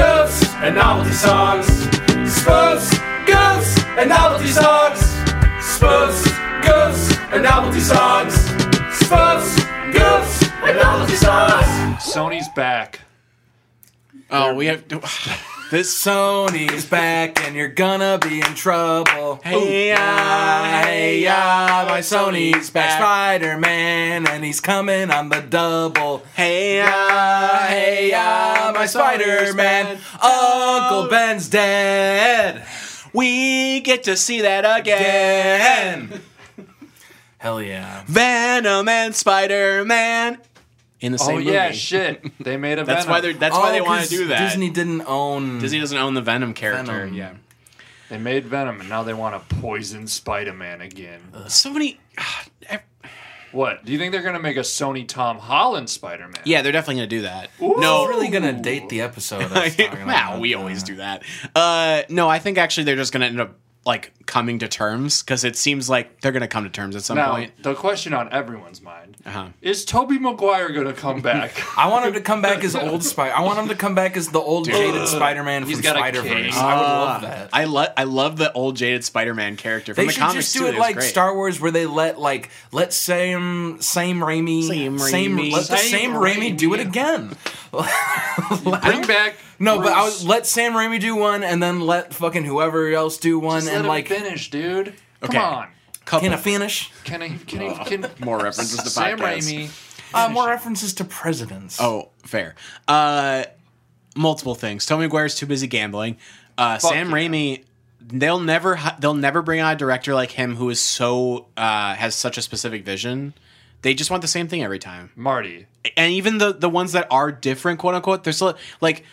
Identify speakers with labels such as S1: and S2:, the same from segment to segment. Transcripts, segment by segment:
S1: and novelty songs. Spurs, girls, and novelty songs. Spurs, girls, and novelty songs. Spurs, girls, and novelty songs.
S2: Sony's back.
S3: Oh, we have to. This
S1: Sony's back, and you're gonna be in trouble.
S3: Hey, yeah, hey, yeah, my Sony's back.
S1: Spider Man, and he's coming on the double.
S3: hey,
S1: Ah, hey, ah, my Spider Man. Uncle Ben's dead.
S3: Oh. We get to see that again.
S1: Ben. Hell yeah.
S3: Venom and Spider Man in the same
S2: oh
S3: movie.
S2: yeah, shit. They made a.
S3: That's
S2: Venom.
S3: why they're. That's why they
S1: Oh,
S3: want
S1: 'cause
S3: to do that.
S1: Disney didn't own.
S3: Disney doesn't own the Venom character.
S1: Venom.
S3: Yeah.
S2: Oh. They made Venom, and now they want to poison Spider-Man again.
S3: So many.
S2: What? Do you think they're gonna make a Sony Tom Holland Spider-Man?
S3: Yeah, they're definitely gonna do that.
S2: Ooh.
S3: no,
S2: It's
S1: really gonna date the episode. us talking about
S3: wow,
S1: that.
S3: we always do that. Uh, no, I think actually they're just gonna end up like coming to terms because it seems like they're gonna come to terms at some
S2: Now
S3: point.
S2: the question on everyone's mind
S3: Uh-huh.
S2: is: Toby Maguire gonna come back?
S1: I want him to come back as old Spider. I want him to come back as the old jaded Spider-Man
S2: He's
S1: from
S2: got a
S1: Spider Verse.
S2: cane.
S1: I would
S3: Ah.
S1: love that.
S3: I love I love the old jaded Spider-Man character from
S1: They
S3: the
S1: should
S3: comics
S1: just do
S3: too.
S1: it
S3: was
S1: like
S3: great.
S1: Star Wars, where they let like let same same Raimi
S3: Same
S1: same
S3: Raimi.
S1: let the
S2: Same
S1: same Raimi do it
S2: Raimi.
S1: again.
S2: Bring back.
S1: No, but I
S2: Bruce.
S1: was let Sam Raimi do one, and then let fucking whoever else do one,
S2: Just let
S1: and
S2: him
S1: like
S2: finish, dude.
S3: Okay.
S2: Come on.
S3: Couple
S1: can I finish?
S2: Can I? Can I? Can
S3: more references to
S2: Sam
S3: podcasts.
S2: Raimi?
S1: Uh, more references to presidents.
S3: Oh, fair. Uh, multiple things. Tommy McGuire's too busy gambling. Uh, Sam
S2: yeah.
S3: Raimi. They'll never. hi- They'll never bring on a director like him who is so uh, has such a specific vision. They just want the same thing every time.
S2: Marty.
S3: And even the the ones that are different, quote unquote, they're still like.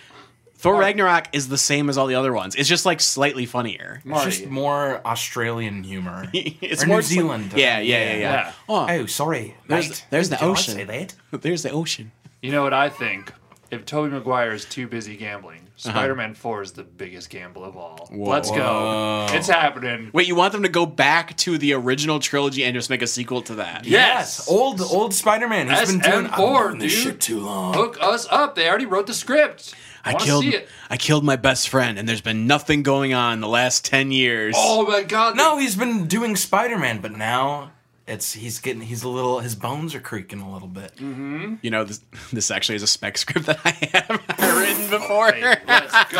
S3: Thor Ragnarok is the same as all the other ones. It's just like slightly funnier.
S1: it's
S2: Marty.
S1: just more Australian humor.
S3: It's
S1: or
S3: more
S1: New
S3: sli-
S1: Zealand. uh,
S3: Yeah, yeah, yeah, yeah.
S2: Yeah.
S3: Oh,
S1: Oh, sorry.
S3: There's-
S1: mate.
S3: there's the
S1: Did I
S3: ocean.
S1: say that?
S3: there's the ocean.
S2: You know what I think? If Toby Maguire is too busy gambling,
S3: Uh-huh.
S2: Spider-Man 4 is the biggest gamble of all. Let's go. It's happening.
S3: Wait, you want them to go back to the original trilogy and just make a sequel to that?
S2: Yes. Oh,
S1: Yes, old old Spider-Man. He's been doing I've
S2: SM4,
S1: been doing this
S2: dude.
S1: shit too long.
S2: Hook us up. They already wrote the script. I,
S3: I
S2: want
S3: killed
S2: to see it.
S3: I killed my best friend and there's been nothing going on the last 10 years.
S2: Oh my god.
S1: No, he's been doing Spider-Man, but now it's he's getting he's a little his bones are creaking a little bit.
S3: You know this, this actually is a spec script that I have written
S2: Oh,
S3: before.
S2: Hey, Let's go.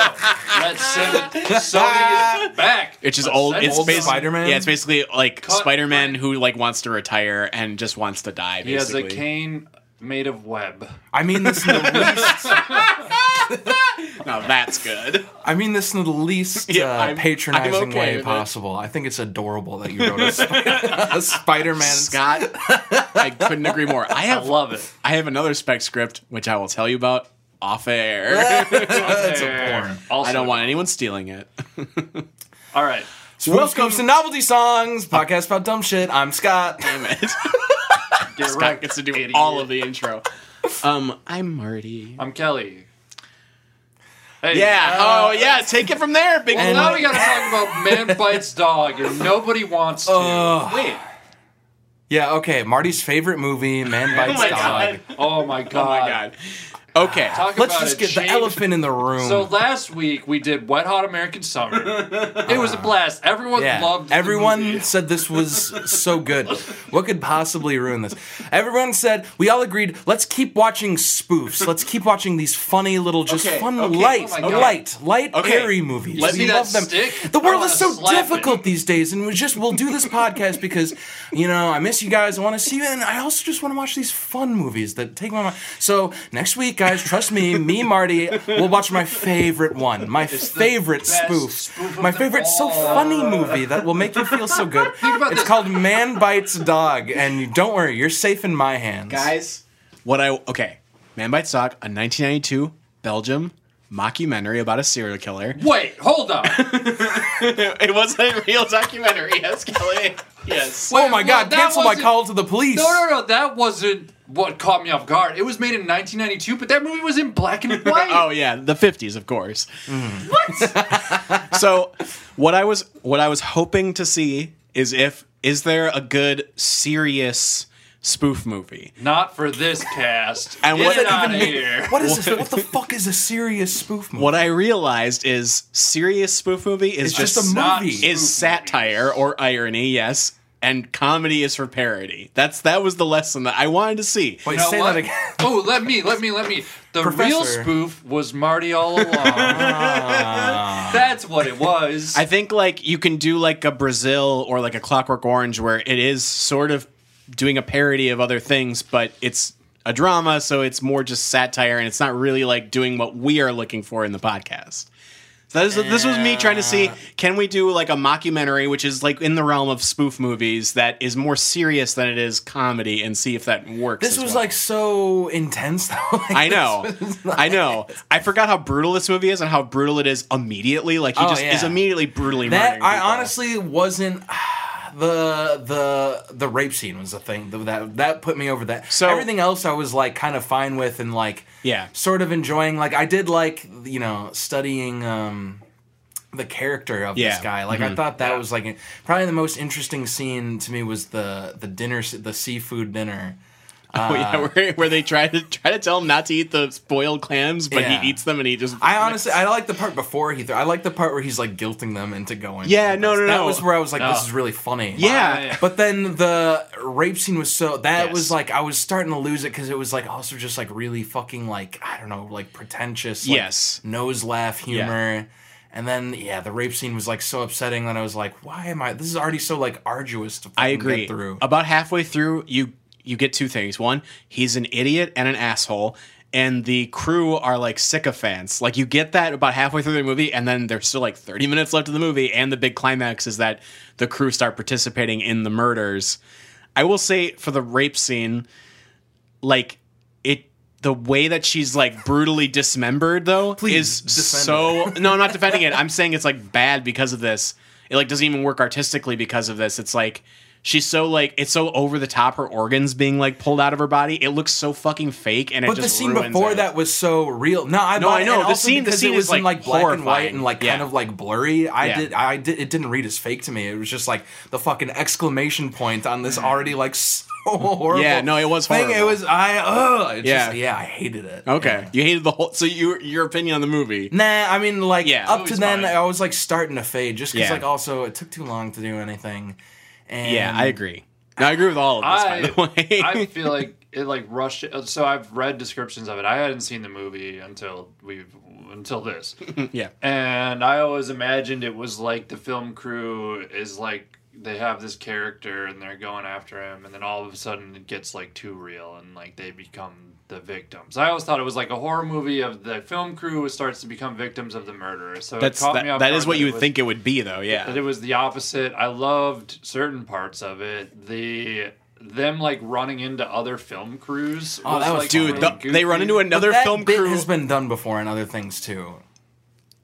S2: Let's send it. Sony is back.
S3: It's just
S2: Let's
S3: old.
S2: send
S3: It's
S2: it.
S3: basically
S1: Spider-Man?
S3: Yeah, it's basically like
S2: Cut,
S3: Spider-Man
S2: right.
S3: who like wants to retire and just wants to die.
S2: He has
S3: Basically,
S2: a cane made of web.
S1: I mean this in the least.
S3: Now that's good.
S1: I mean this in the least
S3: Yeah,
S1: uh,
S3: I'm- I'm
S1: patronizing
S3: okay
S1: way
S3: with it.
S1: possible. I think it's adorable that you wrote a, Sp- a Spider-Man.
S3: Scott, I couldn't agree more. I
S2: I
S3: have
S2: love it.
S3: I have another spec script which I will tell you about off air.
S1: That's a
S2: There.
S1: porn.
S2: Also,
S3: I don't want anyone stealing it.
S2: All right.
S1: Welcome to Novelty Songs, podcast about dumb shit. I'm Scott.
S3: Damn it.
S2: Get
S3: Scott
S2: wrecked,
S3: gets to do
S2: idiot.
S3: all of the intro. Um, I'm Marty.
S2: I'm Kelly. Hey.
S3: Yeah. oh, yeah. Take it from there, big
S2: Well,
S3: and,
S2: now we gotta talk about man bites dog, and nobody wants to.
S3: Oh.
S1: Ugh.
S2: Wait.
S1: Yeah, okay. Marty's favorite movie, Man Bites
S3: my
S1: Dog.
S3: God.
S2: Oh my god.
S3: Oh my god. Okay.
S2: Talk
S1: Let's
S2: about
S1: just
S2: a
S1: get the
S2: change-
S1: elephant in the room.
S2: So last week we did Wet Hot American Summer. it was a blast. Everyone
S1: yeah,
S2: loved. the
S1: everyone
S2: movie.
S1: said this was so good. What could possibly ruin this? Everyone said we all agreed. Let's keep watching spoofs. Let's keep watching these funny little, just
S3: Okay,
S1: fun
S2: okay,
S1: light,
S2: oh my God.
S1: light, light,
S3: Okay.
S1: airy movies.
S3: Let
S1: we
S2: me that
S1: love them.
S2: stick?
S1: The
S2: I
S1: world
S2: wanna
S1: is so
S2: slap it.
S1: difficult these days, and we just we'll do this podcast because you know I miss you guys. I want to see you, and I also just want to watch these fun movies that take my mind. So next week, guys, trust me, me Marty, we'll watch my favorite one, my
S2: the
S1: favorite
S2: best
S1: spoof,
S2: spoof of
S1: my
S2: them
S1: favorite so
S2: all.
S1: funny movie that will make you feel so good.
S2: about
S1: It's
S2: this.
S1: called Man Bites Dog, and you, don't worry, you're safe in my hands.
S3: guys. What I okay. Man Bites Dog, a 1992 Belgium mockumentary about a serial killer.
S2: Wait, hold on.
S3: It was a real documentary. Yes, Kelly. Yes.
S1: oh my
S2: Wait,
S1: God!
S2: no, that
S1: cancel my
S2: wasn't-
S1: call to the police.
S2: No, no, no. That wasn't what caught me off guard. It was made in 1992, but that movie was in black and white.
S3: Oh yeah, the 50s, of course. Mm. What? so, what I was what I was hoping to see is if is there a good serious spoof movie.
S2: Not for this cast.
S3: And
S2: Get
S3: what-
S2: it out of
S1: Even me-
S2: here.
S1: What is this? What the fuck is a serious spoof movie?
S3: What I realized is serious spoof movie is
S1: It's just
S3: just
S1: a
S2: not
S1: movie.
S3: is satire or irony, yes, and comedy is for parody. That's that was the lesson that I wanted to see.
S1: Wait,
S2: You know
S1: say
S2: what?
S1: that again.
S2: oh, let me, let me, let me. The real
S1: Professor.
S2: spoof was Marty all along. That's what it was.
S3: I think like you can do like a Brazil or like a Clockwork Orange where it is sort of doing a parody of other things, but it's a drama, so it's more just satire and it's not really like doing what we are looking for in the podcast. So that is, this was me trying to see can we do like a mockumentary, which is like in the realm of spoof movies that is more serious than it is comedy, and see if that works.
S1: This
S3: as
S1: was
S3: well.
S1: like so intense though. Like,
S3: I know.
S1: this was like-
S3: I know. I forgot how brutal this movie is and how brutal it is immediately. Like he
S1: Oh,
S3: just is
S1: yeah.
S3: immediately brutally
S1: That
S3: murdering
S1: I
S3: people.
S1: honestly wasn't. The the the rape scene was the thing that that, that put me over that.
S3: So-
S1: everything else I was like kind of fine with and like
S3: Yeah.
S1: sort of enjoying. Like I did like you know studying um the character of
S3: Yeah.
S1: this guy. Like I thought that was like probably the most interesting scene to me was the the dinner s- the seafood dinner.
S3: Oh, yeah,
S1: Uh.
S3: where, where they try to try to tell him not to eat the spoiled clams, but
S1: Yeah.
S3: he eats them and he just.
S1: I honestly, I like the part before he. Th- I like the part where he's like guilting them into going.
S3: Yeah, no, no,
S1: that
S3: no.
S1: was where I was like,
S2: No.
S1: this is really funny.
S3: Oh. yeah,
S2: Why?
S1: But then the rape scene was so that
S3: Yes.
S1: was like I was starting to lose it because it was like also just like really fucking like I don't know like pretentious like,
S3: Yes.
S1: nose laugh humor. And then yeah, the rape scene was like so upsetting that I was like, why am I? This is already so like arduous to
S3: I
S1: fucking
S3: agree.
S1: get through.
S3: About halfway through, you you get two things. One, he's an idiot and an asshole, and the crew are like sycophants. Like you get that about halfway through the movie, and then there's still like 30 minutes left of the movie, and the big climax is that the crew start participating in the murders. I will say for the rape scene, like it the way that she's like brutally dismembered though is
S1: defend
S3: so no, I'm not defending it. I'm saying it's like bad because of this. It like doesn't even work artistically because of this. It's like she's so like it's so over the top her organs being like pulled out of her body. It looks so fucking fake and it
S1: But
S3: just
S1: the scene
S3: ruins
S1: before
S3: it.
S1: that was so real. No, I,
S3: No,
S1: bought
S3: I
S1: it,
S3: know.
S1: and
S3: The
S1: also
S3: scene- the
S1: because
S3: scene
S1: it was
S3: is,
S1: in,
S3: like,
S1: like black and white
S3: horrifying.
S1: and like kind
S3: Yeah.
S1: of like blurry. I
S3: Yeah.
S1: did, I did, it didn't read as fake to me. It was just like the fucking exclamation point on this already like so horrible.
S3: Mm. Yeah, no, it was
S1: thing. It
S3: horrible.
S1: was I. Ugh, It's
S3: Yeah.
S1: just, yeah, I hated it.
S3: Okay. You hated the whole so you your opinion on the movie.
S1: Nah, I mean, like
S3: Yeah.
S1: up to
S2: It's
S1: then,
S2: fine.
S1: I was like starting to fade just because
S3: Yeah.
S1: like also it took too long to do anything. And
S3: Yeah, I agree. No, I agree with all of this by the way.
S2: I feel like it like rushed. So I've read descriptions of it. I hadn't seen the movie until we've until this,
S3: yeah.
S2: and I always imagined it was like the film crew is like they have this character and they're going after him, and then all of a sudden it gets like too real and like they become the victims. I always thought it was like a horror movie of the film crew starts to become victims of the murderer. So
S3: That's
S2: it caught
S3: that,
S2: me off
S3: that
S2: guard
S3: is what you
S2: it
S3: would
S2: was-
S3: think it would be though. Yeah.
S2: that it was the opposite. I loved certain parts of it. The them like running into other film crews.
S1: Oh, that was-
S2: like,
S3: Dude,
S2: really
S3: the- they
S2: goofy.
S3: run into
S1: But
S3: another
S1: that
S3: film
S1: bit
S3: crew.
S1: has been done before in other things too.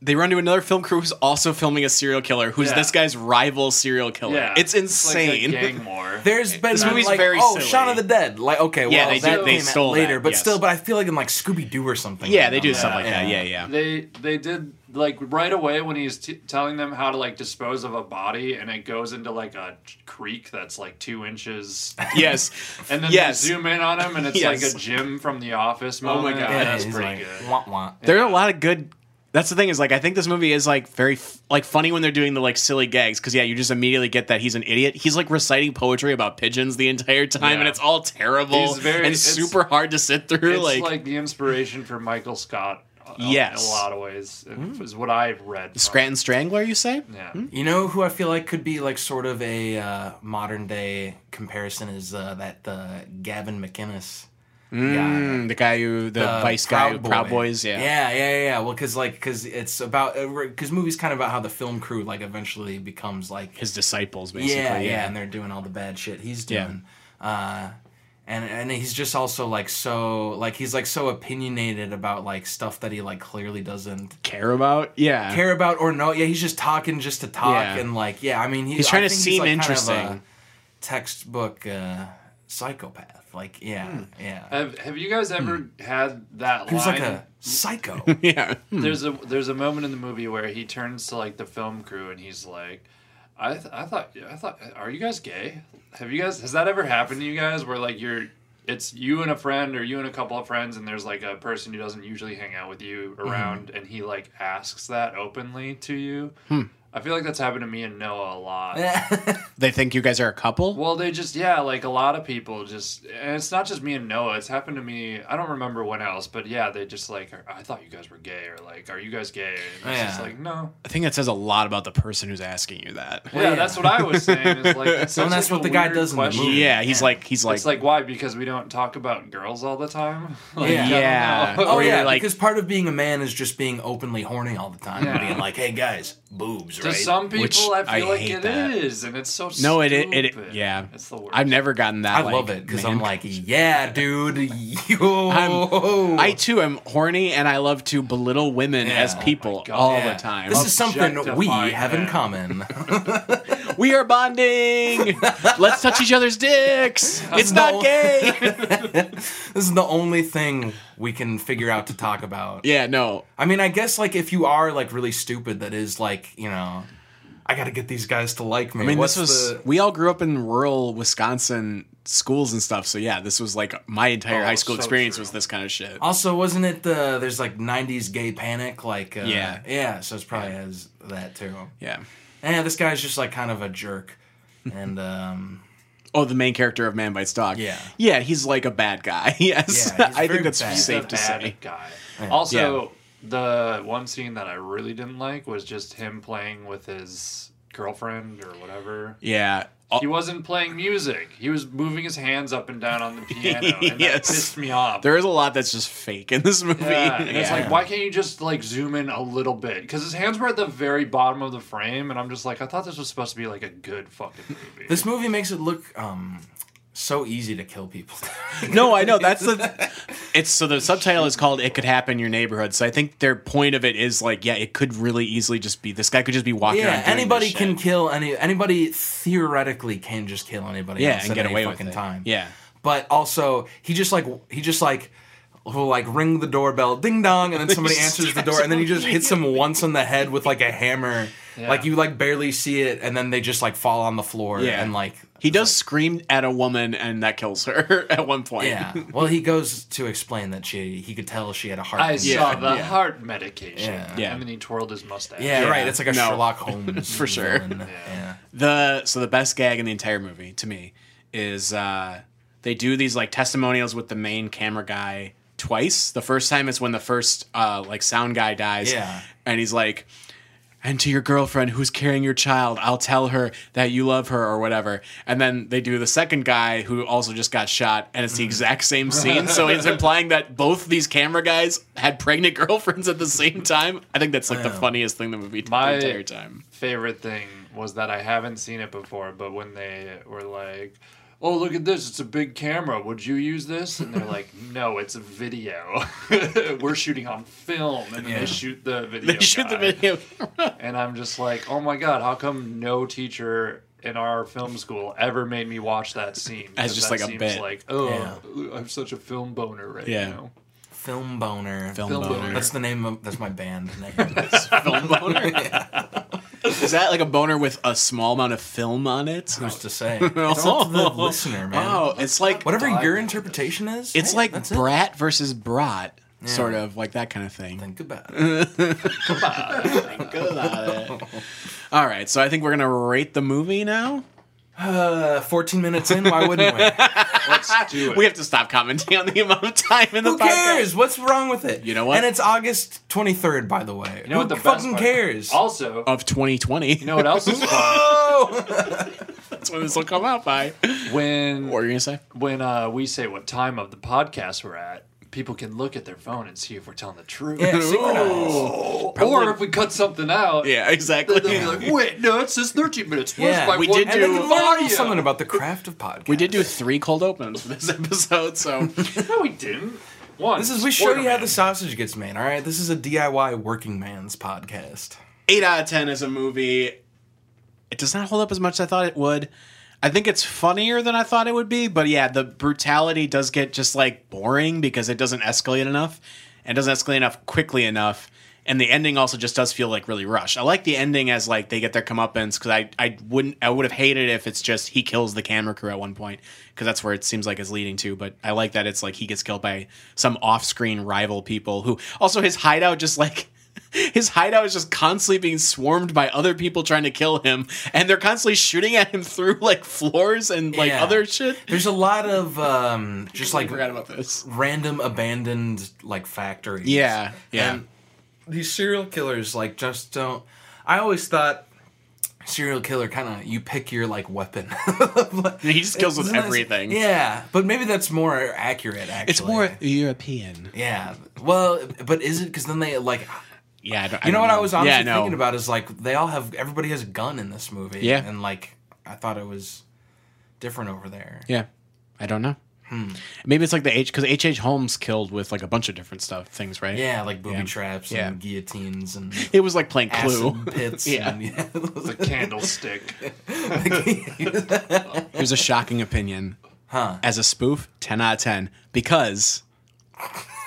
S3: they run into another film crew who's also filming a serial killer, who's
S2: Yeah.
S3: this guy's rival serial killer.
S2: Yeah,
S3: It's
S2: like a
S3: insane.
S2: gang war.
S1: There's been
S3: This movie's
S1: like,
S3: very
S1: oh,
S3: silly.
S1: Shaun of the Dead. Like, okay, well,
S3: Yeah, they
S1: that
S2: do- they
S1: came
S3: stole
S1: out later,
S3: that,
S1: but
S3: yes.
S1: still, but I feel like in like Scooby Doo or something.
S3: yeah, they do
S1: Yeah.
S3: stuff like that.
S1: Yeah.
S3: Yeah, yeah.
S2: They they did like right away when he's t- telling them how to like dispose of a body, and it goes into like a creek that's like two inches,
S3: yes.
S2: and then
S3: Yes.
S2: they zoom in on him, and it's
S3: Yes. Oh
S2: like a Jim from The Office
S3: my
S2: moment.
S3: God.
S2: and
S1: Yeah,
S2: that's
S1: he's
S2: pretty
S1: like,
S2: good.
S1: Wah, wah.
S3: There are a lot of good That's the thing is like I think this movie is like very f- like funny when they're doing the like silly gags cuz yeah, you just immediately get that he's an idiot. He's like reciting poetry about pigeons the entire time
S2: Yeah.
S3: and it's all terrible
S2: He's very-
S3: and
S2: it's-
S3: super hard to sit through
S2: It's like,
S3: like,
S2: the inspiration for Michael Scott. uh,
S3: Yes.
S2: in a lot of ways uh, is what I've read. from
S3: Scranton Strangler, you say?
S2: Yeah.
S1: You know who I feel like could be like sort of a uh, modern day comparison is uh, that uh, Gavin McInnes.
S3: Mm, the guy who the
S1: uh,
S3: vice guy who Proud Boys, yeah.
S1: yeah, yeah, yeah. yeah. Well, because like, because it's about because movies kind of about how the film crew like eventually becomes like
S3: His disciples basically.
S1: yeah, yeah, and they're doing all the bad shit he's
S3: Yeah.
S1: doing. Uh, and and he's just also like so like he's like so opinionated about like stuff that he like clearly doesn't
S3: care about. Yeah.
S1: care about or no. Yeah, he's just talking just to talk
S3: Yeah.
S1: and like yeah. I mean, he,
S3: He's trying
S1: I
S3: to
S1: think
S3: seem
S1: like, Kind of
S3: interesting.
S1: a textbook uh, psychopath. Like yeah,
S3: Hmm. Uh,
S1: yeah.
S2: Have Have you guys ever had that
S1: He was
S2: line?
S1: like a psycho.
S3: yeah. Hmm.
S2: There's a There's a moment in the movie where he turns to like the film crew and he's like. I th- I thought I thought are you guys gay? Have you guys has that ever happened to you guys where like you're it's you and a friend or you and a couple of friends and there's like a person who doesn't usually hang out with you around and he like asks that openly to you. I feel like that's happened to me and Noah a lot.
S3: They think you guys are a couple.
S2: Well, they just yeah, like a lot of people just, and it's not just me and Noah. It's happened to me. I don't remember when else, but yeah, they just like are, I thought you guys were gay, or like, are you guys gay? And it's just
S1: Yeah.
S2: like no.
S3: I think that says a lot about the person who's asking you that.
S2: yeah,
S1: yeah.
S2: that's what I was saying. Is like, it's
S1: So
S2: such,
S1: that's
S2: like, a
S1: what the guy
S2: weird
S1: does in the
S2: question.
S1: movie.
S3: Yeah, he's like he's like,
S2: It's like why? Because we don't talk about girls all the time. Like,
S1: Yeah.
S2: I don't
S3: Yeah.
S2: know.
S1: Oh
S3: Or you're
S1: yeah,
S3: like-
S1: because part of being a man is just being openly horny all the time and
S2: Yeah.
S1: being like, "Hey guys, boobs."
S2: to
S1: right?
S2: some people,
S3: Which
S2: I feel
S3: I
S2: like it
S3: hate
S2: is,
S3: that.
S2: and it's so
S3: no, it, it
S2: stupid.
S3: it yeah.
S2: It's the worst.
S3: I've never gotten that.
S1: I
S3: like,
S1: love it because
S3: man
S1: I'm like, "Yeah, dude, yo."
S3: I'm, I too am horny, and I love to belittle women
S1: Yeah.
S3: as
S1: Oh my
S3: people
S2: God.
S3: all
S1: Yeah.
S3: the time. Oh,
S1: This is something we
S2: Objectifying
S1: have in
S2: men.
S1: common.
S3: we are bonding. Let's touch each other's dicks. It's
S1: No.
S3: not gay.
S1: this is the only thing we can figure out to talk about.
S3: yeah, no.
S1: I mean, I guess like if you are like really stupid, that is like you know, I got to get these guys to like me.
S3: I mean,
S1: What's
S3: this was
S1: the-
S3: we all grew up in rural Wisconsin schools and stuff. So yeah, this was like my entire
S2: Oh,
S3: high school
S2: so
S3: experience
S2: true.
S3: was this kind of shit.
S1: Also, wasn't it the there's like '90s gay panic? Like, uh,
S3: Yeah.
S1: yeah. So it's probably has that too.
S3: Yeah.
S1: And this guy's just like kind of a jerk, and um,
S3: Oh, the main character of Man Bites Dog.
S1: Yeah.
S3: Yeah, he's like a bad guy. Yes.
S1: Yeah, he's very
S3: I think that's
S1: bad.
S2: He's
S3: safe
S2: a
S3: to
S2: bad
S3: say.
S2: Guy. Also, the one scene that I really didn't like was just him playing with his girlfriend or whatever.
S3: Yeah. Oh,
S2: He wasn't playing music. He was moving his hands up and down on the piano, and that
S3: Yes.
S2: pissed me off.
S3: there is a lot that's just fake in this movie.
S2: yeah, and it's
S3: Yeah.
S2: like, why can't you just like zoom in a little bit? Because his hands were at the very bottom of the frame, and I'm just like, I thought this was supposed to be like a good fucking movie.
S1: this movie makes it look um so easy to kill people.
S3: No, I know that's the. It's so the subtitle is called "It Could Happen in Your Neighborhood." So I think their point of it is like, yeah, it could really easily just be this guy could just be walking around.
S1: yeah,
S3: doing
S1: anybody
S3: this
S1: can
S3: shit.
S1: kill any anybody theoretically can just kill anybody.
S3: yeah
S1: else
S3: and
S1: at
S3: get
S1: any
S3: away with
S1: fucking
S3: it.
S1: time.
S3: Yeah,
S1: but also he just like he just like will like ring the doorbell ding dong and then somebody answers the door and then he just hits him once on the head with like a hammer
S2: Yeah.
S1: like you like barely see it and then they just like fall on the floor
S3: Yeah.
S1: and like
S3: he does scream at a woman, and that kills her at one point.
S1: yeah well he goes to explain that she he could tell she had a heart
S2: I
S1: condition.
S2: saw
S3: Yeah,
S2: the
S3: yeah.
S2: heart medication,
S1: Yeah.
S3: Yeah.
S2: and then he twirled his mustache.
S1: yeah,
S3: Yeah.
S1: right it's like a
S3: No.
S1: sherlock holmes
S3: For sure.
S1: villain. yeah.
S3: The so the best gag in the entire movie to me is uh, they do these like testimonials with the main camera guy twice. The first time is when the first uh, like sound guy dies,
S1: Yeah.
S3: and he's like, "And to your girlfriend who's carrying your child, I'll tell her that you love her or whatever." And then they do the second guy who also just got shot, and it's
S2: Mm.
S3: the exact same scene. so it's implying that both these camera guys had pregnant girlfriends at the same time. I think that's like the funniest thing the movie did
S2: My-
S3: the entire time.
S2: favorite thing was that I haven't seen it before, but when they were like, "Oh, look at this! It's a big camera. Would you use this?" and they're like, "No, it's a video. we're shooting on film." And then
S1: Yeah.
S2: they shoot the video.
S3: They shoot the
S2: guy.
S3: video.
S2: and I'm just like, "Oh my god! How come no teacher?" In our film school, ever made me watch that scene
S3: As just
S2: because
S3: like
S2: that
S3: a
S2: seems
S3: bit.
S2: Like, oh, I'm such a film boner right
S3: Yeah.
S2: now.
S1: film boner
S2: Film boner. boner.
S1: that's the name of that's my band name
S3: film boner. Is that like a boner with a small amount of film on it?
S1: who's to say it's up to the listener man
S3: Wow, it's like
S1: whatever
S2: Dive
S1: your
S2: into
S1: interpretation is
S3: it's
S1: hey,
S3: like
S1: that's it.
S3: brat versus brat, sort of like that kind of thing.
S1: think about it
S3: Good at it. All right, so I think we're gonna rate the movie now.
S1: Uh, 14 minutes in, why wouldn't we?
S2: Let's do it.
S3: We have to stop commenting on the amount of time in the
S1: Who
S3: podcast.
S1: cares? What's wrong with it?
S3: You know what?
S1: And it's August 23rd, by the way.
S2: you know
S1: Who
S2: what the best
S1: fucking
S2: part-
S1: cares?
S2: Also,
S3: Of 2020,
S2: you know what else is fun?
S1: oh!
S3: that's when this will come out by.
S2: When
S3: What were you gonna say?
S2: when uh, we say what time of the podcast we're at, people can look at their phone and see if we're telling the truth. Oh,
S1: yeah, synchronized.
S2: or if we cut something out,
S3: Yeah,
S2: then
S3: exactly.
S2: they'll be like, wait, no, it says 13 minutes. Where's
S1: Yeah,
S2: my
S1: we
S2: one
S3: did
S1: And
S2: minute
S1: then
S3: do-
S1: we
S2: of
S1: learned
S2: audio?
S1: something about the craft of podcast.
S3: We did do three cold opens for this episode, so
S2: No, we didn't. One.
S1: This is we show you how
S2: Spider-Man.
S1: the sausage gets made. All right, this is a DIY working man's podcast.
S3: eight out of ten as a movie. It does not hold up as much as I thought it would. I think it's funnier than I thought it would be, but yeah, the brutality does get just like boring because it doesn't escalate enough and doesn't escalate enough quickly enough. and the ending also just does feel like really rushed. I like the ending as like they get their comeuppance because I I wouldn't I would have hated if it's just he kills the camera crew at one point because that's where it seems like it's leading to. But I like that it's like he gets killed by some off screen rival people who also his hideout just like. His hideout is just constantly being swarmed by other people trying to kill him, and they're constantly shooting at him through like floors and like
S1: Yeah.
S3: other shit.
S1: There's a lot of um, just like
S3: about this.
S1: random abandoned like factories.
S3: Yeah, yeah.
S1: And these serial killers like just don't. I always thought serial killer kind of you pick your like weapon.
S3: He just kills with
S1: Isn't that-
S3: everything.
S1: Yeah, but maybe that's more accurate. Actually,
S3: It's more European.
S1: Yeah. Well, but is it because then they like
S3: Yeah, I don't,
S1: you know
S3: don't
S1: what I was honestly
S3: Yeah, no.
S1: thinking about is like they all have everybody has a gun in this movie.
S3: Yeah.
S1: And like I thought it was different over there.
S3: Yeah, I don't know.
S1: Hmm.
S3: Maybe it's like the H because H. H. Holmes killed with like a bunch of different stuff things, right?
S1: Yeah, like booby traps
S3: Yeah.
S1: and guillotines and
S3: It was like playing Clue.
S1: acid pits.
S3: Yeah.
S1: And, yeah.
S2: The candlestick.
S3: Here's a shocking opinion. Huh. As a spoof, 10 out of 10. Because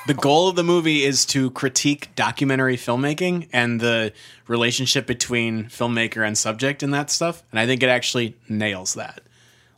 S3: the goal of the movie is to critique documentary filmmaking and the relationship between filmmaker and subject and that stuff. And I think it actually nails that.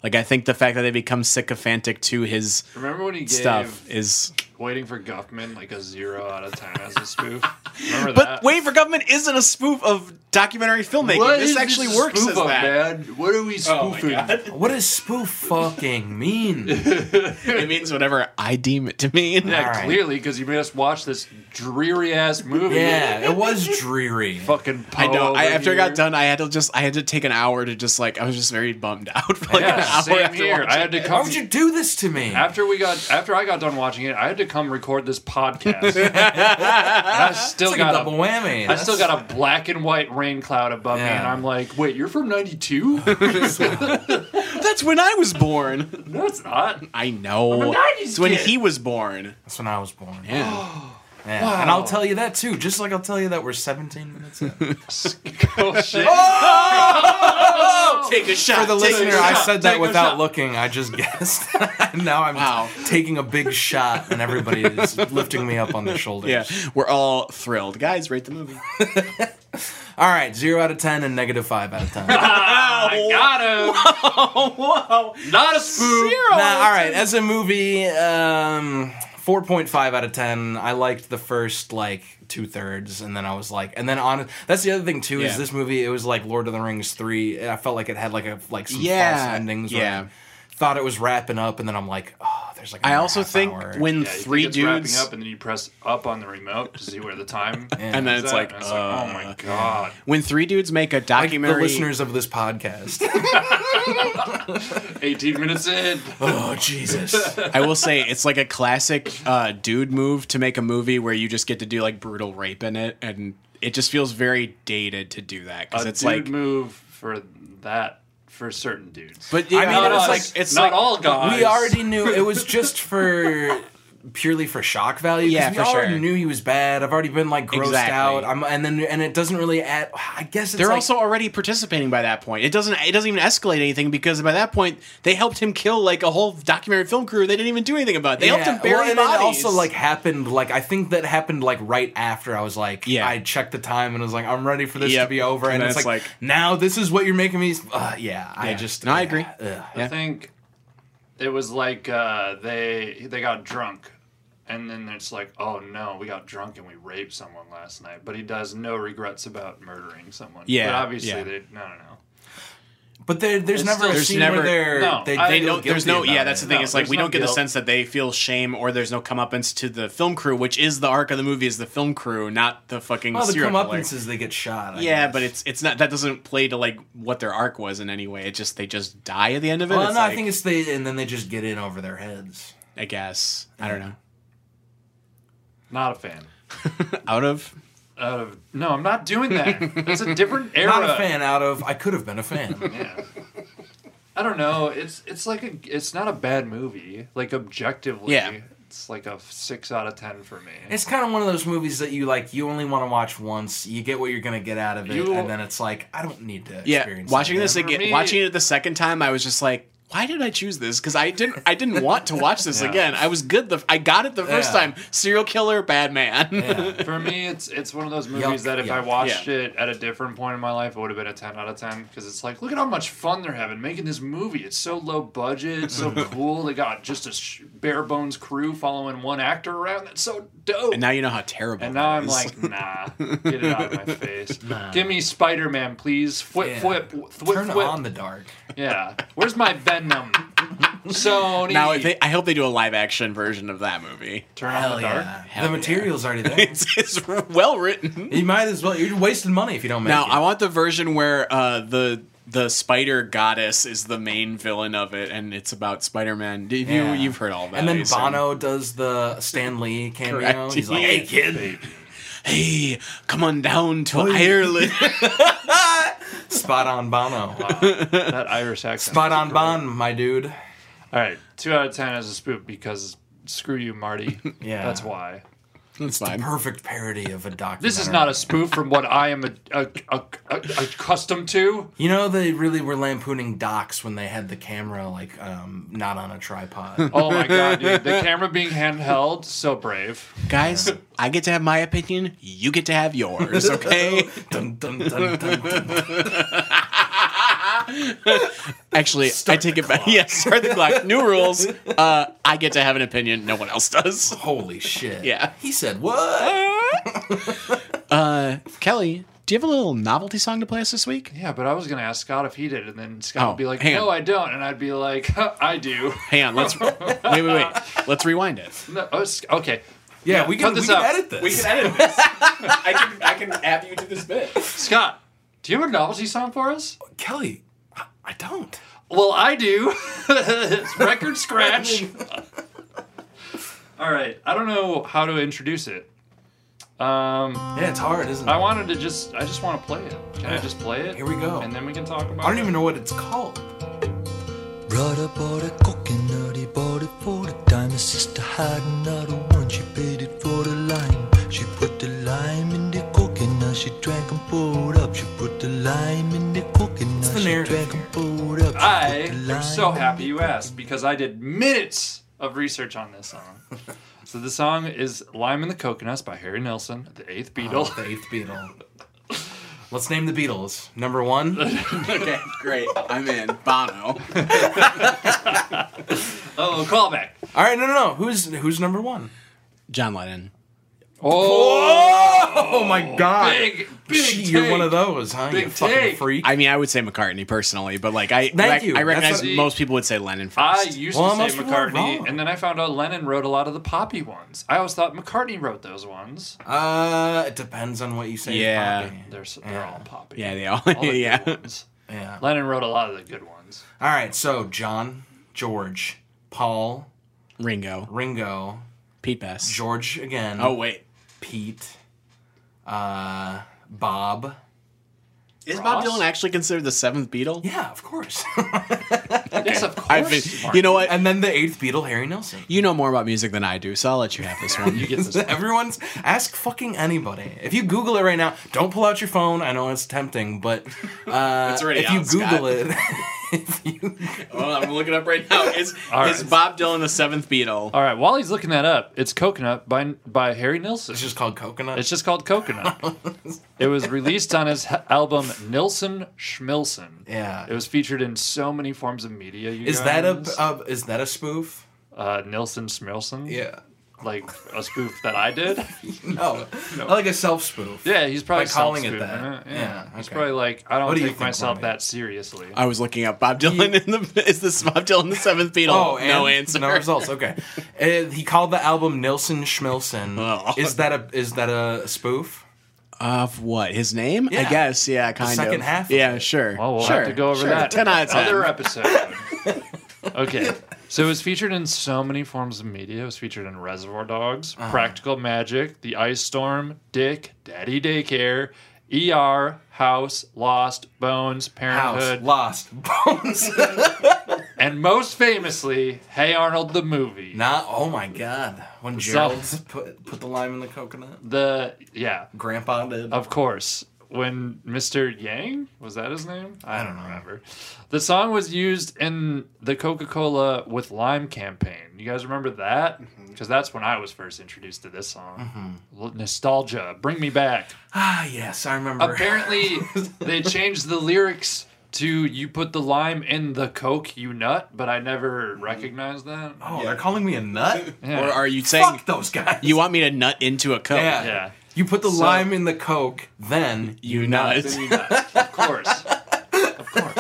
S3: Like, I think the fact that they become sycophantic to his
S2: Remember when he gave
S3: stuff is.
S2: Waiting for Guffman like a zero out of ten as a spoof? Remember
S3: But
S2: that?
S3: Waiting for Government isn't a spoof of documentary filmmaking.
S2: What is
S3: this actually
S2: a
S3: works
S2: spoof
S3: as
S2: of,
S3: that.
S2: Man? What are we
S1: Oh
S2: spoofing?
S1: What does spoof fucking mean?
S3: It means whatever I deem it to mean.
S2: yeah,
S1: Alright.
S2: clearly because you made us watch this dreary ass movie.
S1: Yeah, it was dreary.
S2: Fucking Poe
S3: I know. I,
S2: over
S3: after I
S2: here.
S3: got done, I had to just I had to take an hour to just like I was just very bummed out for like an
S2: Yeah,
S3: hour
S2: same
S3: after
S2: here. I
S3: watching.
S2: had to
S1: Why
S2: come.
S1: would you do this to me?
S2: After we got, after I got done watching it, I had to come record this podcast. And I still
S1: It's like a
S2: got
S1: double
S2: a,
S1: whammy.
S2: I still got a black and white rain cloud above me,
S1: Yeah.
S2: and I'm like, wait, you're from '92?
S3: That's when I was born.
S2: no, it's not.
S3: I know.
S2: a 90s
S3: It's when
S2: kid.
S3: he was born.
S1: That's when I was born.
S3: Yeah.
S1: Yeah. And I'll tell you that too, just like I'll tell you that we're 17 minutes in.
S2: Oh shit!
S3: Take a shot.
S1: For the
S3: take a
S1: listener,
S3: shot.
S1: I said that
S2: Take a
S1: without
S2: shot.
S1: looking. I just guessed. now I'm
S3: Wow.
S1: taking a big shot, and everybody is lifting me up on their shoulders.
S3: Yeah, we're all thrilled, guys. Rate the movie.
S1: All right, zero out of ten and negative five out of ten. nah,
S2: I got him.
S3: Whoa,
S2: Not a spoof.
S3: zero.
S1: all right, as a movie, um, four point five out of ten. I liked the first like two thirds, and then I was like, and then on. That's the other thing too
S3: Yeah.
S1: is this movie. It was like Lord of the Rings three. and I felt like it had like a like some
S3: Yeah,
S1: false endings.
S3: yeah.
S1: Where I thought it was wrapping up, and then I'm like, oh, there's like.
S3: I
S1: another
S3: also
S1: half
S3: think
S1: hour.
S3: when
S2: Yeah, you think
S3: three
S2: it's
S3: dudes
S2: wrapping up, and then you press up on the remote to see where the time.
S3: and then
S2: is
S3: it's
S2: at,
S3: like,
S2: and
S3: uh,
S2: oh my god!
S3: when three dudes make a
S1: like the
S3: documentary.
S1: listeners of this podcast.
S2: 18 minutes in.
S1: oh Jesus.
S3: I will say it's like a classic uh, dude move to make a movie where you just get to do like brutal rape in it, and it just feels very dated to do that because
S2: A
S3: it's
S2: dude
S3: like.
S2: move for that for certain dudes.
S3: but yeah,
S1: I mean,
S2: not
S1: it's
S2: us,
S1: like-
S3: it's
S2: not
S3: like-
S2: all guys.
S1: We already knew it was just for purely for shock value. 'cause
S3: Yeah,
S1: we
S3: for
S1: already
S3: sure.
S1: knew he was bad. I've already been like grossed
S3: Exactly.
S1: out. I'm, and then and it doesn't really add. I guess it's
S3: they're
S1: like,
S3: also already participating by that point. It doesn't it doesn't even escalate anything because by that point they helped him kill like a whole documentary film crew. They didn't even do anything about. it. They helped
S1: Yeah,
S3: him bury
S1: well, and
S3: bodies.
S1: it also like happened like I think that happened like right after I was like
S3: Yeah.
S1: I checked the time and was like I'm ready for this
S3: Yep.
S1: to be over and,
S3: And
S1: it's
S3: it's
S1: like,
S3: like-
S1: now this is what you're making me uh, yeah, I
S3: Yeah.
S1: just
S3: No, I
S1: yeah,
S3: agree.
S1: ugh.
S3: Yeah.
S2: I think it was like uh, they they got drunk, and then it's like, oh no, we got drunk and we raped someone last night. But he does no regrets about murdering someone.
S3: Yeah,
S2: but obviously
S3: yeah.
S2: they no no no.
S1: But there, there's
S2: It's
S1: never
S2: still-
S1: a
S2: There's
S1: scene
S3: never-
S1: where they're
S2: no,
S1: they,
S2: I-
S1: they
S2: no,
S1: feel
S3: there's
S1: guilty
S3: no yeah
S1: about
S3: that's the
S1: it.
S3: thing
S2: No,
S3: it's like
S2: there's
S3: we
S2: no
S3: don't get the
S2: guilt.
S3: sense that they feel shame or there's no comeuppance to the film crew which is the arc of the movie is the film crew not the fucking
S1: Well, the
S3: serial killer.
S1: comeuppances they get shot. I
S3: Yeah,
S1: guess.
S3: but it's it's not that doesn't play to like what their arc was in any way. It just they just die at the end of it.
S1: Well,
S3: It's
S1: no, I
S3: like-
S1: think it's they, and then they just get in over their heads.
S3: I guess I don't know.
S2: Not a fan.
S3: Out of
S2: Out of no, I'm not doing that. That's a different era.
S1: Not a fan out of. I could have been a fan.
S2: Yeah. I don't know. It's it's like a it's not a bad movie. Like objectively,
S3: Yeah.
S2: it's like a six out of ten for me.
S1: it's kind of one of those movies that you like. You only want to watch once. You get what you're gonna get out of it,
S2: You-
S1: and then it's like I don't need to.
S3: yeah,
S1: experience
S3: watching
S1: that
S3: this
S1: again.
S2: For
S3: again,
S2: me-
S3: watching it the second time, I was just like, why did I choose this? Because I didn't I didn't want to watch this again. I was good the I got it the first
S1: Yeah.
S3: time. Serial killer, bad man.
S2: For me, it's it's one of those movies
S1: Yuck,
S2: that if I
S1: yuck.
S2: watched
S3: Yeah.
S2: it at a different point in my life, it would have been a ten out of ten because it's like, look at how much fun they're having making this movie. It's so low budget, it's so cool. They got just a sh- bare bones crew following one actor around. That's so dope.
S3: and now you know how terrible.
S2: And now
S3: that
S2: I'm
S3: is.
S2: like, nah, get it out of my face. Give me Spider Man, please. Flip,
S1: Yeah.
S2: flip,
S1: Turn
S2: flip,
S1: on
S2: flip.
S1: the dark.
S2: Yeah. Where's my Venom? Sony.
S3: now if they, I hope they do a live action version of that movie.
S2: Turn on
S1: Hell
S2: the dark.
S1: yeah.
S3: Hell
S1: the
S3: yeah.
S1: material's already there.
S3: It's, it's well written.
S1: you might as well. You're wasting money if you don't make
S3: Now
S1: it.
S3: I want the version where uh, the the spider goddess is the main villain of it, and it's about Spider Man. You
S1: Yeah.
S3: you've heard all that.
S1: and
S3: I
S1: then
S3: assume.
S1: Bono does the Stan Lee cameo.
S3: Correct.
S1: He's like,
S3: Yeah.
S1: "Hey kid,
S3: Hey, come on down to
S1: Oh, yeah.
S3: Ireland.
S1: spot on Bono,
S2: That Irish accent.
S1: spot on Bon, my dude."
S2: All right, two out of ten as a spook because screw you, Marty.
S1: Yeah.
S2: that's why.
S3: That's fine.
S1: Perfect parody of a documentary.
S2: This is not a spoof from what I am a, a, a, a- accustomed to.
S1: You know they really were lampooning docs when they had the camera like um, not on a tripod.
S2: Oh my god, dude! The camera being handheld, so brave.
S3: Guys, I get to have my opinion. You get to have yours. Okay.
S1: Dun, dun, dun, dun, dun.
S3: Actually, I
S1: Start
S3: take
S1: the
S3: it back. Yeah, start the clock. New rules. Uh, I get to have an opinion. No one else does.
S1: Holy shit!
S3: Yeah.
S1: He said what?
S3: Uh, Kelly, do you have a little novelty song to play us this week?
S2: Yeah, but I was gonna ask Scott if he did, and then Scott
S3: Oh,
S2: would be like,
S3: hang on.
S2: "No, I don't," and I'd be like, huh, "I do."
S3: Hang on. Let's wait, wait, wait. Let's rewind it.
S2: No, oh, Sc- okay,
S1: Yeah, we can,
S2: cut this
S1: we can
S2: out.
S1: edit this.
S3: edit this. I can I can add you to this bit.
S2: Scott, do you have a novelty song for us?
S1: Kelly, I, I don't.
S2: Well, I do. it's record scratch. All right, I don't know how to introduce it. Um.
S1: Yeah, it's hard, isn't it?
S2: I wanted to just, I just want to play it. Can I just play it?
S1: Here we go.
S2: And then we can talk about.
S1: I don't
S2: it.
S1: even know what it's called.
S4: Brother bought a coconut, he bought it for the dime. His sister had another one, she paid it for the lime. She put the lime in the coconut, she drank and pulled up. She put the lime in the coconut,
S1: the
S4: she
S1: narrative
S4: drank
S1: here.
S4: and pulled up. She
S2: I
S4: put the
S2: am
S4: lime
S2: so
S4: in
S2: happy you asked because I did minutes of research on this song. so the song is "Lime in the Coconuts" by Harry Nilsson, the Eighth Beatle.
S1: The eighth Beatle. Let's name the Beatles. Number one.
S3: Okay, great. I'm in. Bono.
S2: oh, callback.
S1: All right, no, no, no. Who's who's number one?
S3: John Lennon.
S2: Oh,
S1: Oh my God!
S2: big, big.
S1: Gee, you're
S2: take.
S1: one of those, huh? you
S2: Big
S1: fucking
S2: take.
S1: freak.
S3: I mean, I would say McCartney personally, but like I,
S1: Thank you.
S3: I
S1: That's
S3: recognize
S2: what-
S3: most people would say Lennon first.
S2: I used
S1: Well,
S2: to
S1: most
S2: say
S1: people are
S2: McCartney,
S1: wrong.
S2: and then I found out Lennon wrote a lot of the poppy ones. I always thought McCartney wrote those ones.
S1: Uh, it depends on what you say. is
S3: Yeah.
S1: poppy.
S2: They're, s- they're all poppy.
S3: yeah, they all.
S2: All the good
S3: yeah.
S2: ones.
S1: yeah. All
S2: Lennon wrote a lot of the good ones.
S1: right, so John, George, Paul,
S3: Ringo.
S1: Ringo,
S3: Pete Best.
S1: George again,
S3: Oh wait.
S1: Pete, uh, Bob.
S3: Is
S2: Ross?
S3: Bob Dylan actually considered the seventh Beatle?
S1: Yeah, of course.
S2: Yes, of course.
S3: I've been, you know what?
S1: and then the eighth Beatle, Harry Nilsson.
S3: You know more about music than I do, so I'll let you have this one.
S2: you get this.
S1: Everyone's ask fucking anybody. If you Google it right now, don't pull out your phone. I know it's tempting, but uh,
S3: It's already
S1: if you
S3: out,
S1: Google
S3: Scott.
S1: it, if you,
S3: well, I'm looking up right now. Is,
S2: All
S3: is
S2: right.
S3: Bob Dylan the seventh Beatle?
S2: All right, while he's looking that up, it's Coconut by by Harry Nilsson.
S1: it's just called coconut.
S2: It's just called Coconut. it was released on his h- album Nilsson Schmilson.
S1: Yeah.
S2: It was featured in so many forms of media. You
S1: is that a,
S2: guys.
S1: a is that a spoof?
S2: uh, Nilsson Schmilson?
S1: Yeah.
S2: Like a spoof that I did?
S1: No, Oh, like a self spoof.
S2: Yeah, he's probably
S1: By calling it
S2: self-spoofing
S1: that.
S2: Yeah,
S1: Yeah,
S2: he's
S1: okay.
S2: probably like, I
S1: What
S2: don't
S1: do you
S2: take
S1: think, Uh,
S2: myself
S1: Marty?
S2: that seriously.
S3: I was looking up Bob Dylan in the is this Bob Dylan the seventh Beatle?
S1: Oh, and
S3: no answer.
S1: No results. Okay. Uh, he called the album Nilsson Schmilson.
S3: Oh.
S1: Is that a is that a spoof?
S3: Of what? His name?
S1: Yeah.
S3: I guess. Yeah, kind of.
S1: second half of
S3: Yeah,
S1: it.
S3: sure.
S2: Oh, Well, we'll
S3: sure.
S2: have to go over
S3: sure.
S2: that
S3: Ten out of ten.
S2: other episode. okay, so it was featured in so many forms of media. It was featured in Reservoir Dogs,
S1: Uh-huh.
S2: Practical Magic, The Ice Storm, Dick, Daddy Daycare, ER, House, Lost, Bones,
S1: House,
S2: Parenthood,
S1: Lost, Bones.
S2: and most famously, Hey Arnold the movie.
S1: Not. Oh my God. When Gerald put put the lime in the coconut,
S2: The yeah,
S1: Grandpa did.
S2: of course. when Mr. Yang was that his name? I don't remember. The song was used in the Coca Cola with Lime campaign. You guys remember that? Because that's when I was first introduced to this song. L- Nostalgia, bring me back.
S1: Ah, yes, I remember.
S2: Apparently, they changed the lyrics to "You put the lime in the Coke, you nut," but I never recognized that.
S1: oh, they're calling me a nut.
S2: Yeah.
S3: Or are you saying
S1: Fuck those guys.
S3: you want me to nut into a coke?
S1: Yeah.
S2: yeah.
S1: You put the lime in the coke, then
S3: You nut.
S2: Then you nut. Of course. Of course.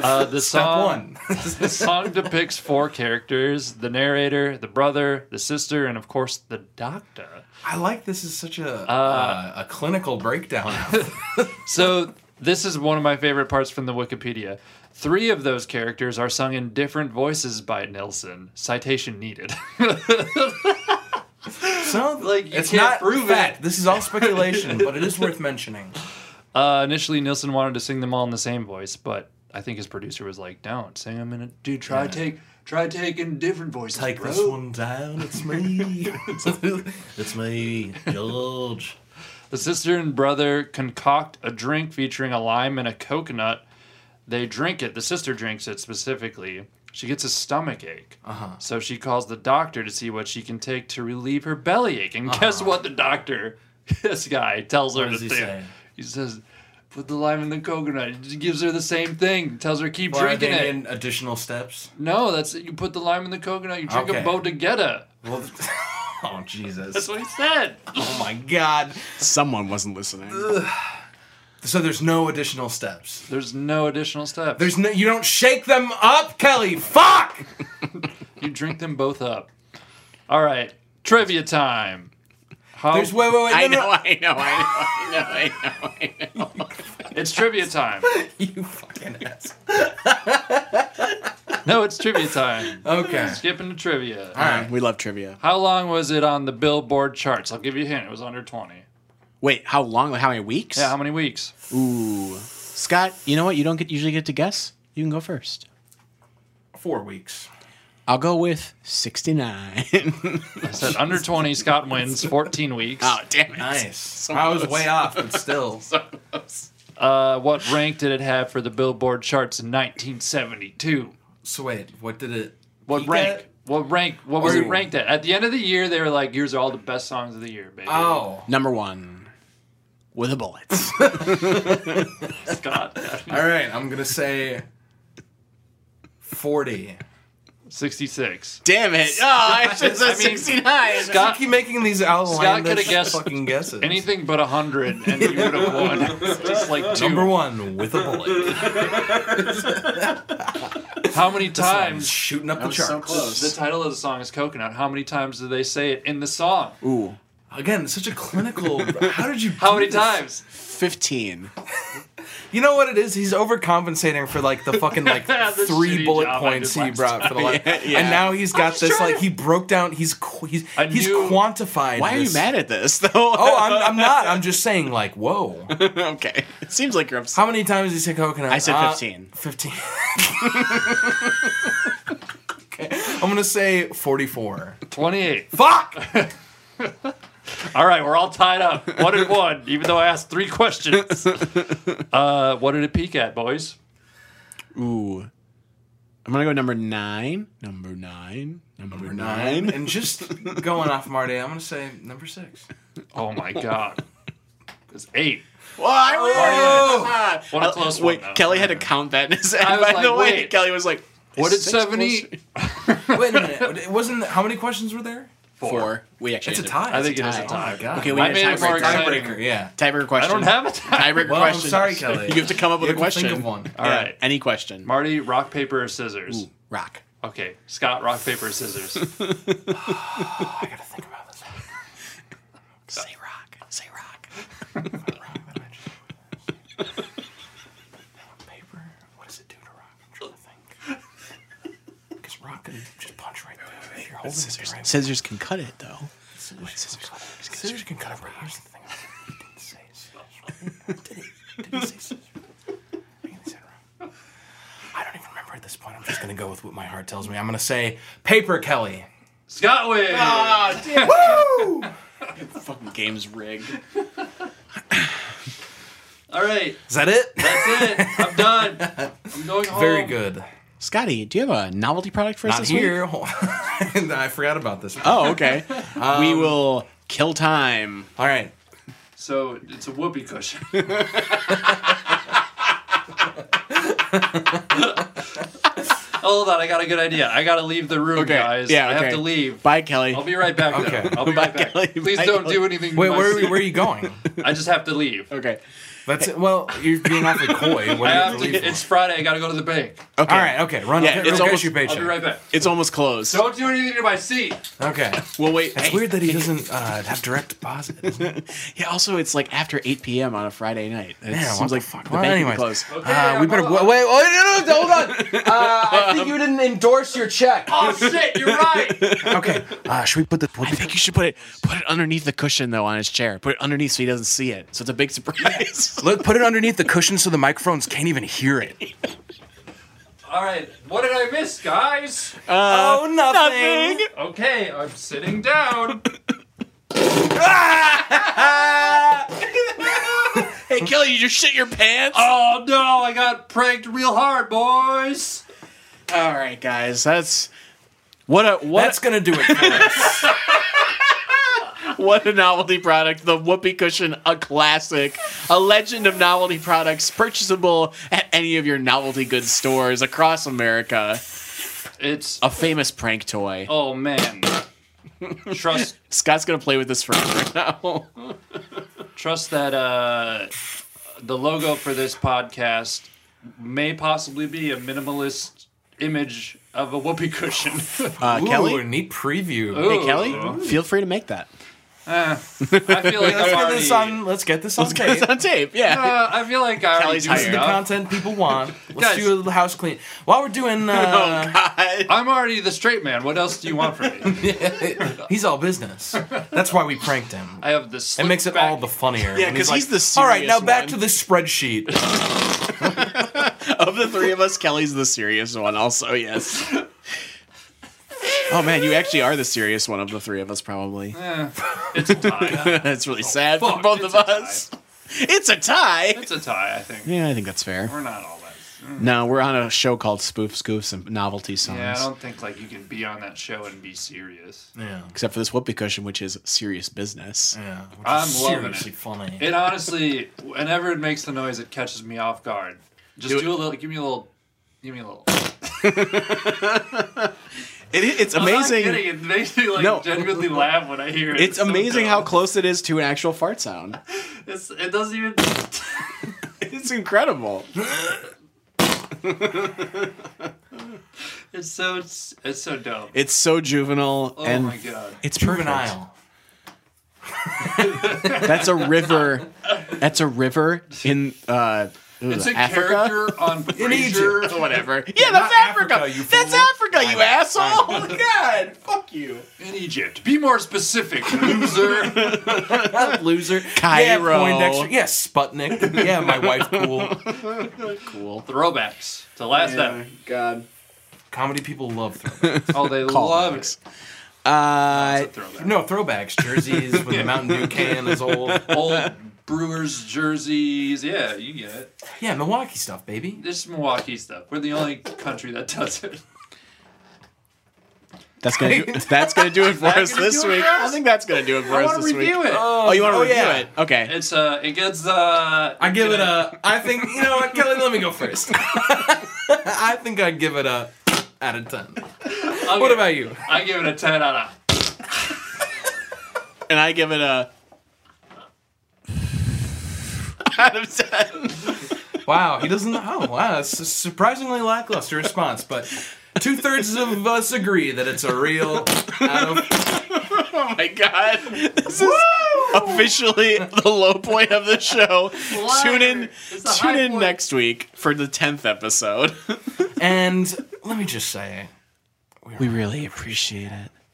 S2: Uh, the
S1: step
S2: song,
S1: one.
S2: The song depicts four characters the narrator, the brother, the sister, and of course the doctor.
S1: I like this is such a uh, a clinical breakdown. of-
S2: So, this is one of my favorite parts from the Wikipedia. Three of those characters are sung in different voices by Nelson. Citation needed.
S1: so
S2: Like, you
S1: it's
S2: can't
S1: not
S2: prove
S1: fact.
S2: it.
S1: This is all speculation, but it is worth mentioning.
S2: Uh, initially, Nielsen wanted to sing them all in the same voice, but I think his producer was like, "Don't sing them in a dude. Try take try taking different voices,
S1: Take
S2: bro."
S1: this one down. It's me. it's me, George.
S2: The sister and brother concoct a drink featuring a lime and a coconut. They drink it. The sister drinks it specifically. She gets a stomach ache, uh-huh. so she calls the doctor to see what she can take to relieve her belly ache. And guess what? The doctor, this guy, tells her
S1: Uh-huh. What
S2: to
S1: does he
S2: do.
S1: say?
S2: He says, "Put the lime in the coconut." He gives her the same thing. Tells her keep
S1: Are
S2: drinking
S1: they
S2: it.
S1: in additional steps?
S2: No, that's it. You put the lime in the coconut, you drink
S1: Okay.
S2: a bodegetta.
S1: Well, oh Jesus!
S2: That's what he said.
S1: Oh my God!
S3: Someone wasn't listening.
S1: So there's no additional steps.
S2: There's no additional steps.
S1: There's no. You don't shake them up, Kelly. Fuck.
S2: you drink them both up. All right, trivia time. How,
S1: There's wait, wait, wait.
S3: I
S1: no,
S3: know,
S1: no.
S3: I know, I know, I know, I know, I know.
S2: it's trivia time.
S1: You fucking ass.
S2: No, it's trivia time.
S1: Okay.
S2: Skipping to trivia.
S1: All right.
S3: We love trivia.
S2: How long was it on the Billboard charts? I'll give you a hint. It was under 20.
S3: Wait, how long? Like how many weeks?
S2: Yeah, how many weeks?
S3: Ooh, Scott, you know what? You don't get usually get to guess. You can go first.
S1: Four weeks.
S3: I'll go with sixty-nine.
S2: I said under 20. Scott wins 14 weeks.
S3: oh damn it!
S1: Nice. I was way off, but still.
S2: Uh, what rank did it have for the Billboard charts in 1972?
S1: So wait, what did it? Oh.
S2: What
S1: peak
S2: rank?
S1: at?
S2: What rank? What was it
S1: Ooh.
S2: ranked at? At the end of the year, they were like, "Here's all the best songs of the year, baby."
S1: Oh,
S3: Number one, with a bullet.
S2: Scott,
S1: all right. I'm gonna say forty.
S2: sixty-six.
S3: damn it! Oh, I should
S2: I
S3: say
S2: mean,
S3: sixty-nine.
S1: I
S2: Scott,
S1: keep making these outlandish
S2: coulda guessed
S1: fucking guesses.
S2: anything but hundred, and you would have won. Just like two.
S1: Number one with a bullet.
S2: How many times?
S1: Shooting up the
S3: was so
S1: charts.
S3: close.
S2: The title of the song is "Coconut." How many times do they say it in the song?
S3: Ooh,
S1: Again, such a clinical. How did you?
S2: How
S1: do
S2: many
S1: this?
S2: times?
S3: fifteen.
S1: You know what it is? He's overcompensating for like the fucking like
S2: The
S1: three
S2: shitty
S1: bullet
S2: job I
S1: points
S2: did
S1: he
S2: last
S1: brought for the last.
S3: Yeah, yeah.
S1: And now he's got
S3: just
S1: this
S3: trying
S1: like
S3: to-
S1: he broke down. He's qu- he's
S2: I
S1: he's
S2: knew-
S1: quantified.
S3: Why are you
S1: this.
S3: mad at this though?
S1: Oh, I'm, I'm not. I'm just saying like whoa.
S3: okay. It seems like you're upset.
S1: How many times did you say coconut?
S3: I said
S1: Uh,
S3: 15.
S1: 15. okay. I'm going to say 44.
S2: Twenty-eight.
S1: Fuck!
S2: All right, we're all tied up. One and one. Even though I asked three questions. Uh, what did it peak at, boys?
S3: Ooh. I'm gonna go number nine. Number nine. Number, nine.
S1: And just going off Marty, I'm going to say number six.
S2: Oh my god. It's eight.
S3: Well, I
S1: Oh!
S3: win.
S2: What a close one,
S3: Uh, Wait,
S2: though.
S3: Kelly had to count that. In his head,
S2: I was
S3: by
S2: like,
S3: the way,
S2: wait.
S3: Kelly was like,
S2: What
S3: is
S2: did
S3: six
S2: 70
S3: plus-
S1: Wait a minute. It wasn't. How many questions were there?
S3: Four. We actually.
S1: It's a
S3: did-
S1: tie.
S2: I think it is
S3: tie.
S2: a tie.
S1: Oh my God.
S3: Okay, we
S2: I
S3: need a
S2: made it more
S3: tiebreaker.
S2: exciting.
S1: Tiebreaker, yeah.
S3: Tiebreaker question.
S2: I don't have a time.
S3: tiebreaker
S1: Well, I'm
S3: question.
S1: sorry, Kelly.
S3: You have to come up with
S1: You
S3: a
S1: have to
S3: question.
S1: think of one.
S2: All
S3: Yeah,
S2: right.
S3: Any question?
S2: Marty, rock, paper, or scissors?
S3: Ooh, rock.
S2: Okay, Scott, rock, paper,
S1: I
S2: scissors.
S1: got to think about this.
S3: Say rock. Say rock.
S1: Paper. What does it do to rock? I'm trying to think. Because rock can just punch right through. If you're holding it the
S3: Scissors.
S1: right
S3: Scissors can cut it though.
S1: Scissors, cut it. Scissors can cut a rock. Here's the thing. I didn't say scissors. Did he? Did he say scissors? I think he said rock. I don't even remember at this point. I'm just going to go with what my heart tells me. I'm going to say paper, Kelly.
S2: Scott wins.
S3: Ah, damn.
S1: Woo!
S3: Fucking game's rigged.
S2: All right,
S1: Is that it?
S2: that's it. I'm done. I'm going home.
S1: Very good.
S3: Scotty, do you have a novelty product for us
S1: Not
S3: this week?
S1: here. and I forgot about this.
S3: Oh, okay. we will kill time.
S1: All right.
S2: So it's a whoopee cushion. Hold on, I got a good idea. I gotta leave the room,
S3: Okay.
S2: guys.
S3: Yeah,
S2: I have
S3: okay.
S2: to leave.
S3: Bye, Kelly.
S2: I'll be right back. though.
S1: Okay.
S2: I'll be right
S3: Bye,
S2: back.
S3: Kelly.
S2: Please
S3: Bye,
S2: don't
S3: Kelly.
S2: do anything. to
S1: Wait,
S2: my
S1: where are, you,
S2: seat.
S1: where are you going?
S2: I just have to leave.
S3: okay.
S1: That's it. Well, you're being awfully coy. What
S2: I
S1: are you
S2: have to,
S1: leaving?
S2: it's Friday. I gotta go to the bank.
S3: Okay.
S1: All right. Okay. Run.
S3: Yeah,
S1: Yeah,
S3: it's
S1: it's
S3: almost-
S1: your
S2: I'll be
S1: paycheck.
S2: right back.
S3: It's almost closed.
S2: Don't do anything to my seat.
S1: Okay.
S3: Well, wait.
S1: It's
S3: hey.
S1: weird that he doesn't uh, have direct deposit.
S3: Yeah. Also, it's like after 8 p.m. on a Friday night. It
S1: what
S3: seems
S1: the
S3: like
S1: fuck?
S3: the
S1: Well,
S3: bank will be
S1: anyways.
S3: closed.
S2: Okay.
S1: Uh, we
S2: I'm
S1: better
S2: out.
S1: wait. wait oh, no, no, hold on. Uh, I think you didn't endorse your check.
S2: Oh shit! You're right.
S1: Okay. Uh, should we put the?
S3: I think you should put it put it underneath the cushion though on his chair. Put it underneath so he doesn't see it. So it's a big surprise.
S1: Look, put it underneath the cushion so the microphones can't even hear it.
S2: All right. What did I miss, guys?
S1: oh,
S3: Uh, nothing.
S2: Okay, I'm sitting down.
S3: hey Kelly, you just shit your pants.
S2: Oh no! I got pranked real hard, boys.
S3: All right, guys, that's what a what
S1: That's gonna do it. For us.
S3: what a novelty product. The whoopee cushion, a classic, a legend of novelty products, purchasable at any of your novelty goods stores across America.
S2: It's
S3: A famous prank toy.
S2: oh man. Trust
S3: Scott's gonna play with this forever now.
S2: trust that uh, the logo for this podcast may possibly be a minimalist image of a whoopee cushion.
S3: Uh,
S1: Ooh,
S3: Kelly,
S1: neat preview.
S2: Ooh.
S3: hey Kelly, feel free to make that.
S2: I feel
S1: Let's
S2: like I'm
S1: get
S2: already.
S1: this on. Let's get this on tape.
S3: It's on tape, yeah.
S2: Uh, I feel like I already
S3: Kelly's
S2: do
S3: hired.
S1: This is the
S2: enough.
S1: content people want. Let's
S2: Guys.
S1: do a little house clean. While we're doing, uh,
S2: I'm already the straight man. What else do you want from me?
S1: he's all business. That's why we pranked him.
S2: I have this.
S1: It makes it all the funnier.
S3: Yeah,
S1: when
S3: 'cause he's the
S1: All right, now
S3: serious
S1: back
S3: one."
S1: to the spreadsheet.
S3: of the three of us, Kelly's the serious one, also, yes. Oh man, you actually are the serious one of the three of us, probably.
S2: eh, It's a tie.
S3: That's really sad for
S2: Oh, fuck,
S3: both
S2: it's
S3: of
S2: a
S3: us. It's a tie.
S2: It's a tie. I think
S3: Yeah, I think that's fair.
S2: we're not all that.
S3: No, we're on a show called Spoof Spoofs and Novelty Songs.
S2: Yeah, I don't think like you can be on that show and be serious.
S1: Yeah,
S3: Except for this whoopee cushion, which is serious business.
S1: yeah. Which
S2: I'm
S1: is
S2: loving
S1: seriously
S2: it.
S1: funny.
S2: It honestly, whenever it makes the noise, it catches me off guard. Just
S3: Do
S2: do,
S3: it.
S2: a little. Give me a little. Give me a little.
S3: It, it's
S2: I'm not kidding,
S3: amazing.
S2: it makes me like
S3: No.
S2: genuinely laugh when I hear it.
S3: It's
S2: so
S3: amazing how
S2: dumb.
S3: close it is to an actual fart sound.
S2: It's, it doesn't even.
S3: It's incredible.
S2: It's so. It's, it's so dumb.
S3: It's so juvenile
S2: oh
S3: and
S2: my god.
S3: it's perfect.
S1: Juvenile.
S3: That's a river. That's a river in uh,
S2: It's a
S3: Africa.
S2: character on
S1: Egypt.
S2: Preacher.
S3: Whatever. Yeah, that's
S1: Not
S3: Africa.
S1: Africa, you
S3: that's
S1: fool.
S3: Africa, you asshole. God, fuck you.
S2: In Egypt. Be more specific, loser.
S1: That loser.
S3: Cairo.
S1: Yeah, Poindexter. Yeah, Sputnik. Yeah, my wife cool.
S3: Cool.
S2: Throwbacks to last time.
S3: God.
S1: Comedy people love throwbacks.
S2: Oh, they love it.
S3: Uh,
S2: It's a throwback.
S1: No, throwbacks. Jerseys with the Mountain Dew can is old.
S2: Old Brewers jerseys. Yeah, you get it.
S1: Yeah, Milwaukee stuff, baby.
S2: This is Milwaukee stuff. We're the only country that does it.
S3: that's gonna do, that's gonna do it for us
S2: gonna
S3: this
S2: do it
S3: week.
S2: for us?
S3: I think that's gonna do it for
S2: I
S3: us
S2: want to
S3: this week.
S2: review it.
S3: Oh, you want to
S1: Oh,
S3: review
S1: yeah.
S3: it? Okay.
S2: it's uh, it gets uh.
S1: I give it a. I think you know what, Kelly. Let me go first. I think I'd give it a out of ten.
S2: okay,
S1: What about you?
S2: I give it a ten out of.
S3: and I give it a out of ten.
S1: Wow, he doesn't know. Oh, Wow, it's a surprisingly lackluster response, but two thirds of us agree that it's a real out of.
S3: Oh my god. This is officially the low point of the show. Tune in
S2: It's the
S3: tune
S2: high
S3: in
S2: point.
S3: next week for the 10th episode.
S1: And let me just say,
S3: We really appreciate it.